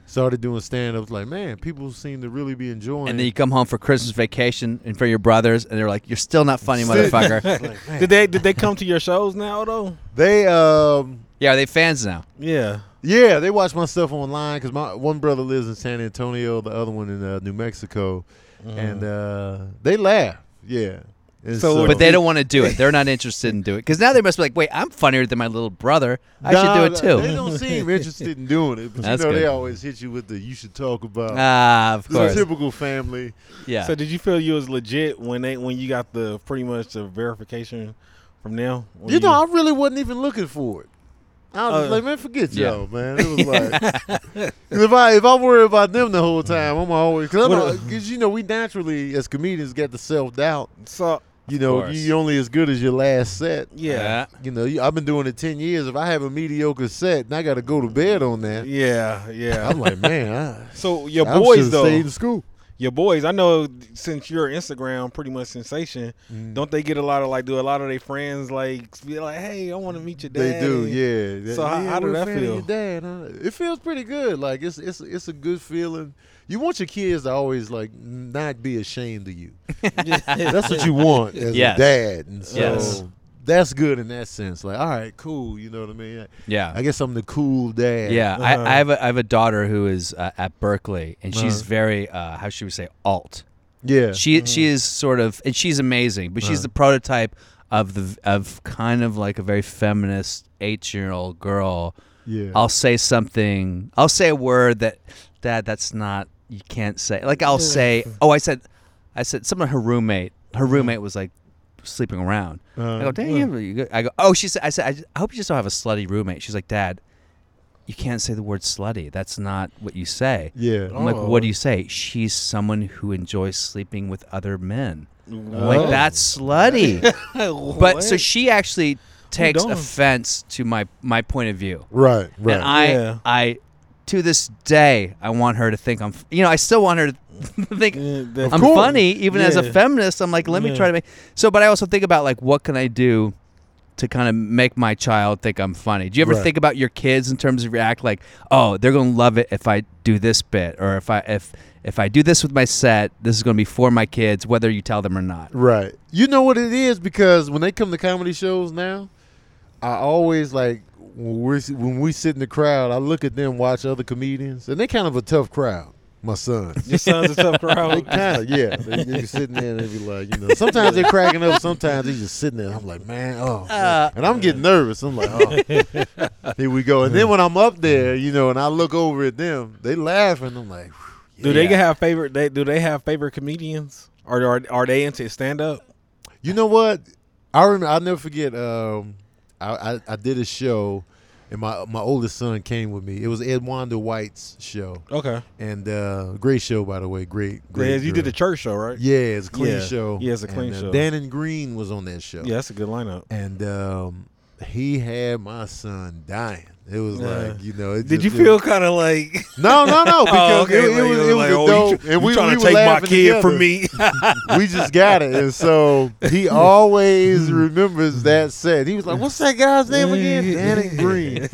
started doing stand ups. Like, man, people seem to really be enjoying. And then you come home for Christmas vacation and for your brothers, and they're like, "You're still not funny, motherfucker." Like, man. did they did they come to your shows now though? they, um, yeah, are they fans now? Yeah. yeah, they watch my stuff online because my one brother lives in San Antonio, the other one in uh, New Mexico, and uh, they laugh. Yeah. And So- But they don't want to do it. They're not interested in doing it because now they must be like, "Wait, I'm funnier than my little brother. I should do it Nah, They too." don't seem interested in doing it, but That's you know they good. always hit you with the "you should talk about." Ah, of this course. is typical family. Yeah. So did you feel you was legit when they when you got the pretty much the verification from them? When You know, I really wasn't even looking for it. I was Oh, just like, man, forget yeah. y'all, man. It was like, 'Cause if I if I worry about them the whole time, I'm always What because a- you know we naturally as comedians get the self doubt. so You know, course. you- you're only as good as your last set. yeah. You know, you, I've been doing it ten years. If I have a mediocre set and I got to go to bed on Yeah. that, Yeah. I'm like, man, so I, your I boys should have stayed though, in school. your boys. I know since your Instagram pretty much sensation. Mm. Don't they get a lot of like? Do a lot of their friends like be like, "Hey, I want to meet your They dad." do, yeah. So yeah, how- how did we're a that fan of feel? your dad, huh? It feels pretty good. Like it's it's it's a good feeling. You want your kids to always like not be ashamed of you. that's what you want as Yes. a dad, and so Yes. that's good in that sense. Like, all right, cool. You know what I mean? I- Yeah. I guess I'm the cool dad. Yeah, I, Uh-huh. I have a I have a daughter who is uh, at Berkeley, and she's Uh-huh. very uh, how should we say alt. yeah. She she is sort of, and she's amazing, but she's the prototype of the of kind of like a very feminist eight year old girl. Yeah. I'll say something. I'll say a word that, Dad, that's not you can't say. Like I'll say, oh, I said, I said someone her roommate. Her roommate was like sleeping around. I Uh, go, damn, you- you good?" I go, oh, she said. I said, I, just- I hope you just don't have a slutty roommate. She's like, Dad, you can't say the word slutty. That's not what you say. Yeah. I'm like, Oh. what do you say? She's someone who enjoys sleeping with other men. I'm Oh. Like that's slutty. but so What? she actually takes done? offense to my my point of view. Right. Right. And I, Yeah. I, to this day, I want her to think I'm. f- You know, I still want her to think Yeah, that- I'm Of course. funny, even as a Yeah. feminist. I'm like, let me Yeah. try to make. So, but I also think about like, what can I do to kind of make my child think I'm funny? Do you ever Right. think about your kids in terms of your act? Like, oh, they're gonna love it if I do this bit, or if I if if I do this with my set, this is gonna be for my kids, whether you tell them or not. Right. You know what it is because when they come to comedy shows now, I always like when we when we sit in the crowd, I look at them watch other comedians, and they kind of a tough crowd. My son. Your son's a tough They crowd. kind of, yeah. They, they be sitting there and they be like, you know, sometimes they're cracking up, sometimes they just sitting there. I'm like, man, oh. man." and I'm getting nervous. I'm like, oh, here we go. And then when I'm up there, you know, and I look over at them, they laughing. I'm like, whew, Do yeah. they have favorite? They, do they have favorite comedians? Or are, are they into stand up? You know what? I remember. I'll never forget. Um, I, I I did a show, and my my oldest son came with me. It was Edwanda White's show, Okay. and uh, great show by the way. Great, great. Yeah, you did girl. the church show, right? Yeah, it's a clean Yeah. show. Yeah, it's a clean And, uh, show. Dan and Green was on that show. Yeah, that's a good lineup. and um, he had my son dying. It was Yeah. like you know. It Did just- you it- feel kind of like? No, no, no. Because Oh, okay. it, it like, was, you it was like, oh, dope, you, and we, you trying we to were take my laughing kid together from me? we just got it. And so he always remembers that set. He was like, What's that guy's name again? Danny Green.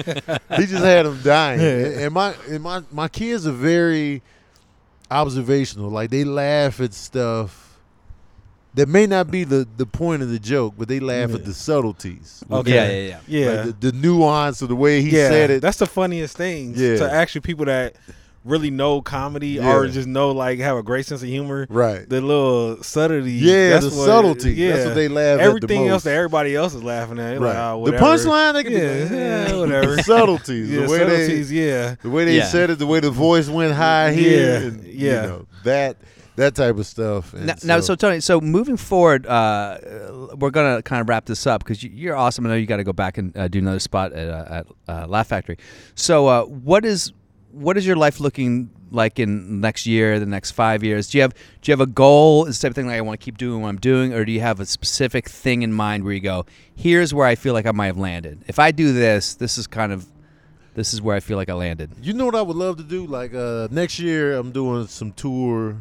He just had him dying. And and my and my, my kids are very observational. Like they laugh at stuff that may not be the, the point of the joke, but they laugh at the subtleties. Like Yeah, Okay. yeah, yeah. Oh, yeah. the, the nuance of the way he yeah, said it. That's the funniest thing Yeah. to actually people that really know comedy or Yeah. just know like have a great sense of humor. Right. The little subtlety. Yeah, that's the what- subtlety. That's what they laugh at the Everything else most. that everybody else is laughing at. Right. right. Like, ah, the whatever. punchline they can Yeah, be yeah, whatever. The subtleties. Yeah, the way they subtleties, yeah. The way they Yeah. said it, the way the voice went high here, Yeah, and, yeah. you know, that that type of stuff. And Now, now, so Tony, so moving forward, uh, we're gonna kind of wrap this up because you, you're awesome. I know you got to go back and uh, do another spot at, uh, at uh, Laugh Factory. So, uh, what is what is your life looking like in next year, the next five years? Do you have do you have a goal? Is the type of thing like I want to keep doing what I'm doing, or do you have a specific thing in mind where you go, here's where I feel like I might have landed. If I do this, this is kind of this is where I feel like I landed. you know what I would love to do? Like uh, next year, I'm doing some tour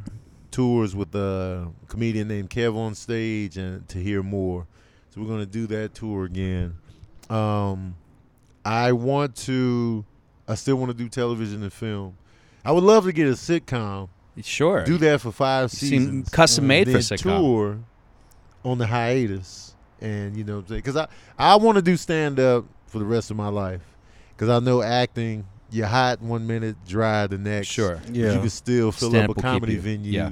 tours with a comedian named Kev on stage, and to hear more. So we're gonna do that tour again. Um, I want to. I still want to do television and film. I would love to get a sitcom. Sure, Do that for five You seem seasons. custom made for then sitcom. tour on the hiatus, and you know, what I'm because I I want to do stand up for the rest of my life, because I know acting, you're hot one minute, dry the next. Sure. But Yeah. you can still fill Stand-up up a will keep comedy you- venue. yeah.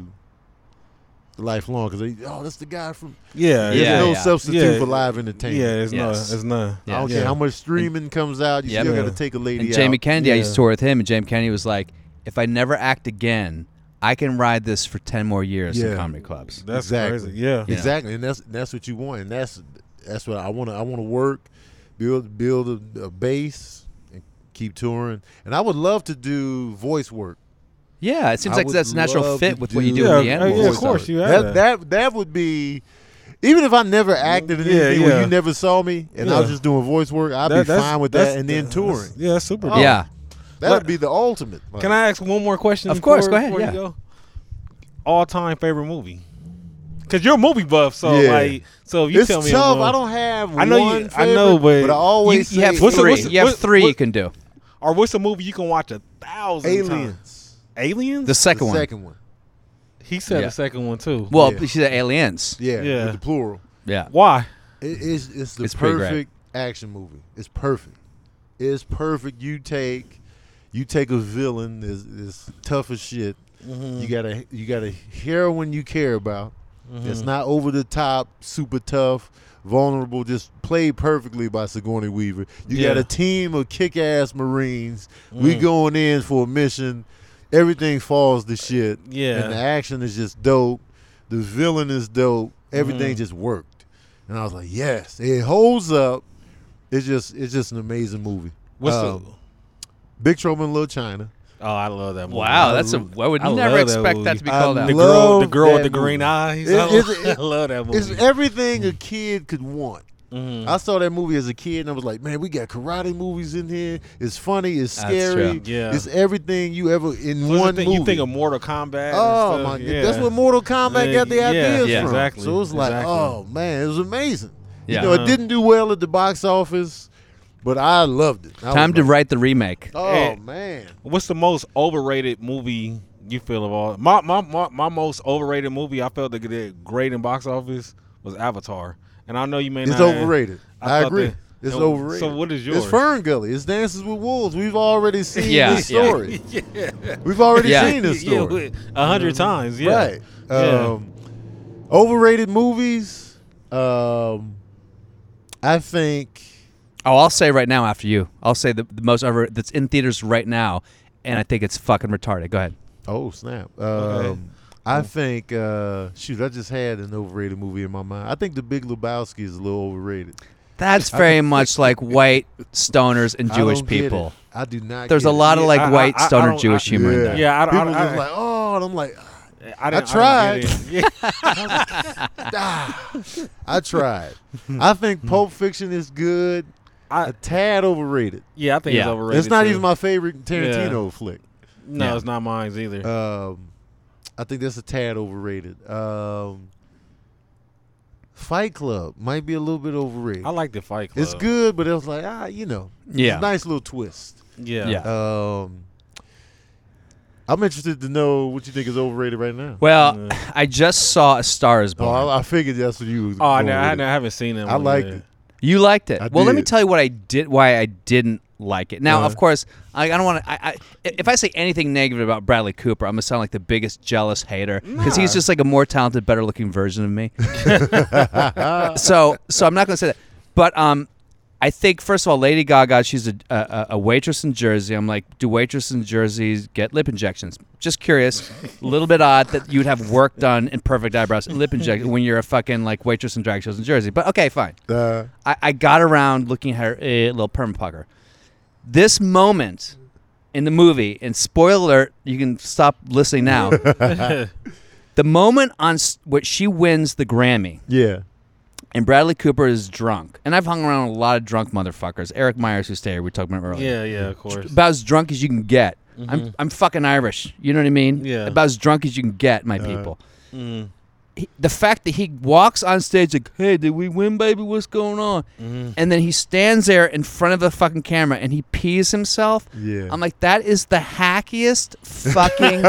Lifelong, because oh, that's the guy from. Yeah, There's yeah. no yeah. substitute Yeah. for live Yeah, entertainment. there's Yes. none. There's none. Yeah. I don't care how much streaming comes out. You Yep. still Yeah. got to take a lady And Jamie out. Kennedy, I used to Yeah. tour with him, and Jamie Kennedy was like, "If I never act again, I can ride this for ten more years in Yeah. comedy clubs." That's Exactly. crazy. Yeah. Yeah. Exactly, and that's that's what you want, and that's that's what I want to I want to work, build build a, a base, and keep touring. And I would love to do voice work. Yeah, it seems I like would that's natural love fit to with what you do Yeah, in the uh, animal. yeah, of voice course. stuff. You have That that that would be, even if I never acted in Yeah, anything where yeah. you never saw me, and I was Yeah. just doing voice work, I'd That- be that's- fine with that's- that, and then that's- touring. Yeah, that's super. Oh. dope. Yeah. That would be the ultimate. Like, Can I ask one more question? Of course, before- go ahead, before you yeah. go? All-time favorite movie. Cause you're a movie buff, so Yeah. like, so if you It's tell me, tough. I'm wrong- I don't have. I know you- one I know, favorite, but- I always You, you have say What's the- three. what's the- you have what- three you what- can do. Or what's a movie you can watch a thousand times? aliens. Aliens. The second the one. second one. he said Yeah. the second one too. Well, Yeah. she said aliens. Yeah, Yeah, Yeah. with the plural. why? It is it's the It's pretty great. perfect action movie. It's perfect. It's perfect. You take you take a villain that's, that's tough as shit. Mm-hmm. You got a you got a heroine you care about. Mm-hmm. That's not over the top, super tough, vulnerable. Just played perfectly by Sigourney Weaver. You Yeah. Mm. got a team of kick ass Marines. We going in for a mission. everything falls to shit. Yeah. And the action is just dope. The villain is dope. Mm. Everything just worked. And I was like, yes, it holds up. It's just it's just an amazing movie. What's Um, the? Big Trouble in Little China. Oh, I love that. Movie. Wow, that's a. I would I never love that expect that movie. Um, to be I called out. the girl, the love girl with that the green movie. eyes. It- I, it's- love, it- I love that movie. Mm-hmm. It's everything a kid could want. I saw that movie as a kid and I was like, man, we got karate movies in here. It's funny, it's That's scary. true. Yeah. It's everything you ever in What's the one thing- movie. You think of Mortal Kombat? Oh and my! stuff? Yeah. That's where Mortal Kombat Yeah, got the yeah, ideas yeah, from. exactly, So it was like, exactly. uh-huh. oh man, it was amazing. Yeah. You know, it didn't do well at the box office, but I loved it. I Time was to like, write the remake. Oh And- man, What's the most overrated movie you feel of all? My my my, my most overrated movie I felt that did great in box office was Avatar, and I know you may it's not. overrated. I I, thought agree. that- it's so overrated. what is yours? It's Fern Gully. It's Dances with Wolves. We've already seen Yeah, this yeah. story. We've already Yeah. seen this Yeah, story. a Mm-hmm. hundred times. Yeah. Right. Yeah. Um, Overrated movies. Um, I think. Oh, I'll say right now after you. I'll say the, the most ever that's in theaters right now, and I think it's fucking retarded. Go ahead. Oh snap! Um, I think uh, shoot, I just had an overrated movie in my mind. I think The Big Lebowski is a little overrated. That's very much like white stoners and I Jewish don't get it. people. I do not. There's get a it. lot of Yeah, like I- white I- I stoner don't- Jewish I- humor in there. Yeah, I don't- I People don't- just I- like oh, and I'm like I, didn't- tried. I didn't get it. Yeah. ah, I tried. I Hmm. think Pulp Fiction is good. I, A tad overrated. yeah, I think it's Yeah. overrated. it's not too. even my favorite Yeah. Tarantino flick. No, Yeah. it's not mine's either. Um, I think that's a tad overrated. Um, Fight Club might be a little bit overrated. I like the Fight Club. It's good, but it was like ah, you know, Yeah. it's a nice little twist. Yeah. Yeah. Um, I'm interested to know what you think is overrated right now. Well, Yeah. I just saw A Star Is Oh, Born. I, I figured that's what you. Was Oh, I, going know- I, with know- I haven't seen it. I liked it. You liked it. I well, let me did. Uh-huh. tell you what I did. Why I didn't like it. Now, of course, I, I don't want to. I, I, if I say anything negative about Bradley Cooper, I'm gonna sound like the biggest jealous hater because he's just like a more talented, better looking version of me. so, so I'm not gonna say that. But um, I think first of all, Lady Gaga, she's a, a, a waitress in Jersey. I'm like, do waitresses in Jersey get lip injections? Just curious. a little bit odd that you'd have work done and perfect eyebrows, and lip injection when you're a fucking like waitress in drag shows in Jersey. But okay, fine. it. Uh, I, I got around looking at her a little permapucker. This moment in the movie, and spoiler alert, you can stop listening now. the moment on s- what she wins the Grammy, yeah, and Bradley Cooper is drunk, and I've hung around a lot of drunk motherfuckers. Eric Myers, who's there, we talked about earlier Yeah, yeah, of course. about as drunk as you can get. Mm-hmm. I'm I'm fucking Irish. You know what I mean? Yeah. About as drunk as you can get, my people. Mm. He, the fact that he walks on stage like, "Hey, did we win, baby? What's going on?" Mm-hmm. And then he stands there in front of the fucking camera and he pees himself. Yeah. I'm like, that is the hackiest fucking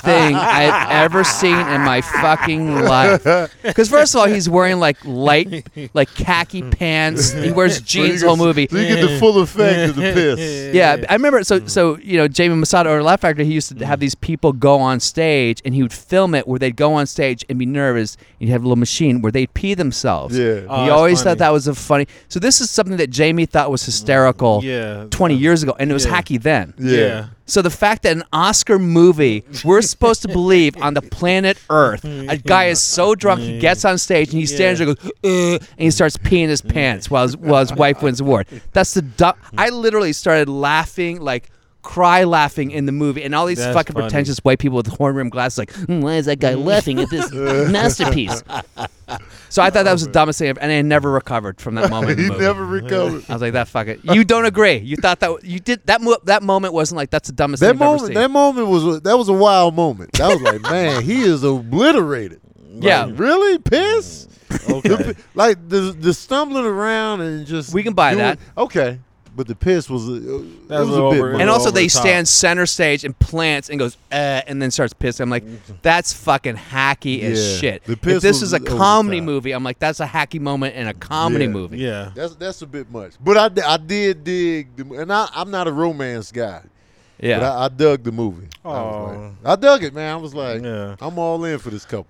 thing I've ever seen in my fucking life. Because first of all, he's wearing like light, like khaki pants. He wears So you jeans get- whole movie. So you get the full effect of the piss. Yeah, I remember. So, so you know, Jamie Masada or Laugh Factory, he used to have these people go on stage, and he would film it where they'd go on stage and be nervous. And he'd have a little machine where they'd pee themselves. Yeah. Oh, he that's always funny. thought that was a funny. So this is something that Jamie thought was hysterical. Mm, Yeah. Twenty years ago, and it was Yeah. hacky then. Yeah. Yeah. So the fact that an Oscar movie, we're supposed to believe on the planet Earth, a guy is so drunk he gets on stage and he stands there and goes, "Ugh," and he starts peeing his pants while his, while his wife wins the award. That's the du- I literally started laughing like. Cry laughing in the movie, and all these That's fucking funny. pretentious white people with horn rimmed glasses, like, "Mm, why is that guy laughing at this masterpiece? So I thought that was the dumbest thing, I've- and I never recovered from that moment. in the He movie. never recovered. I was like, that fuck it. You don't agree. You thought that you did that. Mo- that moment wasn't like that's the dumbest That thing I've moment, ever that moment was a- that was a wild moment. That was like, man, he is obliterated. seen. yeah, Mm. Really, piss? Okay. Like the the stumbling around and just We can buy doing- that. Okay, but the piss was a, it That was was a little a bit. over- much. and also over they the top. stand center stage and plants and goes uh, and then starts pissing. I'm like, that's fucking hacky as Yeah. shit. The If piss this was is a over the comedy top. movie, I'm like, that's a hacky moment in a comedy Yeah. movie. Yeah. That's that's a bit much, but I, di- I did dig, the, and I, I'm not a romance guy, Yeah. but I, I dug the movie. I, was like- I dug it, man. I was like, Oh. Yeah. I'm all in for this couple.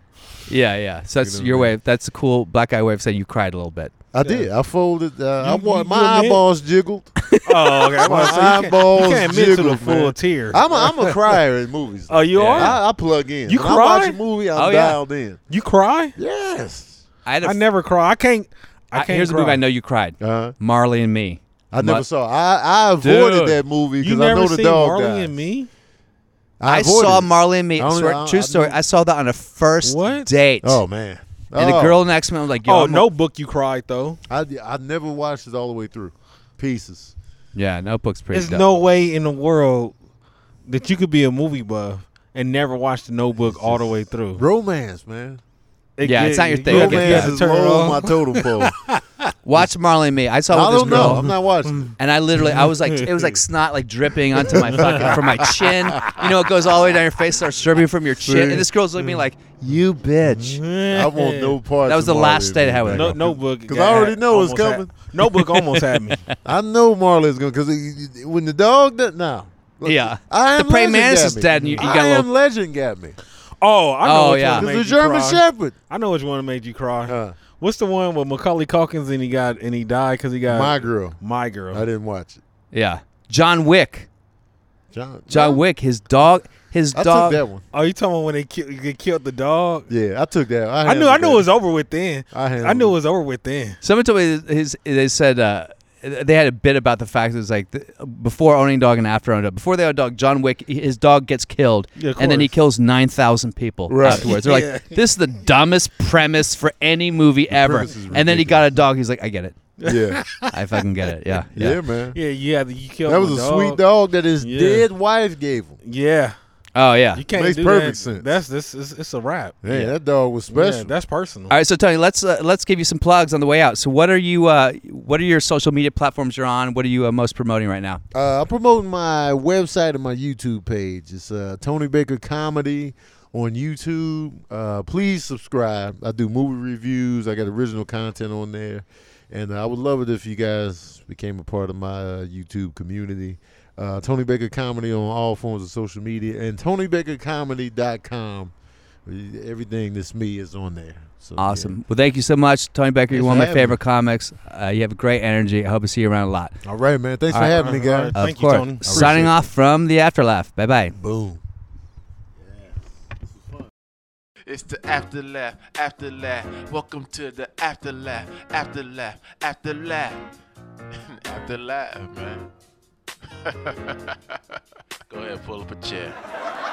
yeah, yeah. So that's You know your what I way. That's a cool black guy way of saying you cried a little bit. I did. I folded. Uh, I You- wa- you- my you a man? eyeballs jiggled. Oh, okay. I'm My about to say, you can't- eyeballs You can't mention a jiggled, full man. tear. I'm a, I'm a crier in movies. Oh, you Yeah. are? I, I plug in. You when I watch cry? a movie, I'm Oh, yeah. dialed in. You cry? Yes. I, had a I f- never cry. I can't. I I- can't. here's a cry. movie I know you cried. Uh, Marley and Me. I never Mu- saw. I, I avoided Dude. that movie You because I never know the seen dog Marley dies. and Me? I, avoided saw it. Marley and Me. I don't- Swear- I- true I story. don't- I saw that on a first What? date. Oh man. And oh, the girl next to me, I was like, Yo, Oh, I'm a- Notebook. You cried though. I, I never watched it all the way through. Pieces. Yeah, Notebook's pretty There's dope. no way in the world that you could be a movie buff and never watch the Notebook all the way through. Romance, man. It- Yeah, it's not your you thing. have to- Okay, you Romance have to is turn it low on my off. totem pole. I Watch Marley and Me. I saw with this don't girl. know. I'm not watching. it. And I literally, I was like, it was like snot, like dripping onto my fucking from my chin. You know, it goes all the way down your face, starts dripping from your chin. And this girl's looking at me like, "You bitch." Mm-hmm. I want no part. That was the of Marley last and date I Me, had with man. her. No, notebook. 'Cause I got- already know it's almost had- coming. notebook almost had me. I know Marley's gonna because when the dog does now. Yeah. I am The praying Legend mantis got is me. dead and you- you I got a am little- legend got me. Oh, I know. Oh, which yeah. one Cause made the you German cry. Shepherd. I know which one made you cry. Uh. What's the one with Macaulay Calkins and he got and he died because he got My girl. My I girl. didn't watch it. Yeah, John Wick. John. John Wick. His dog. His I dog. took that one. Oh, you talking about when they ki- they killed the dog? Yeah, I took that. I knew. I knew it was over with then. I handled I knew it. it was over with then. Someone told me his. They said uh, they had a bit about the fact that it's like th- before owning a dog and after owning a dog. Before they own a dog, John Wick, his dog gets killed, Yeah, of and then he course. kills nine thousand people Right. afterwards. They're Yeah. like, "This is the dumbest premise for any movie ever." premise is And then he got a dog. He's like, "I get it. Yeah. I fucking get it. Yeah, yeah, man. Yeah, yeah. You killed That was my a sweet dog that his Yeah. dead wife gave him. Yeah, Oh yeah. you can't Makes do perfect that. sense. That's this. It's, it's a wrap. Man, that dog was special. Yeah, that's personal. All right, so Tony, let's uh, let's give you some plugs on the way out. So, what are you? Uh, what are your social media platforms you're on? What are you uh, most promoting right now? Uh, I'm promoting my website and my YouTube page. It's uh, Tony Baker Comedy on YouTube. Uh, please subscribe. I do movie reviews. I got original content on there, and uh, I would love it if you guys became a part of my uh, YouTube community. Uh, Tony Baker Comedy on all forms of social media and TonyBakerComedy.com. Everything that's me is on there. So, yeah. Awesome. Well, thank you so much, Tony Becker. You're Thanks one of for my having me. favorite comics. Uh, you have a great energy. I hope I see you around a lot. All right, man. Thanks All for right. having me, guys. All Thank of you, course. Tony. Appreciate Signing it. off from the afterlife. Bye bye. Boom. It's the afterlife, afterlife. Welcome to the afterlife, afterlife, afterlife. afterlife, man. Go ahead, pull up a chair.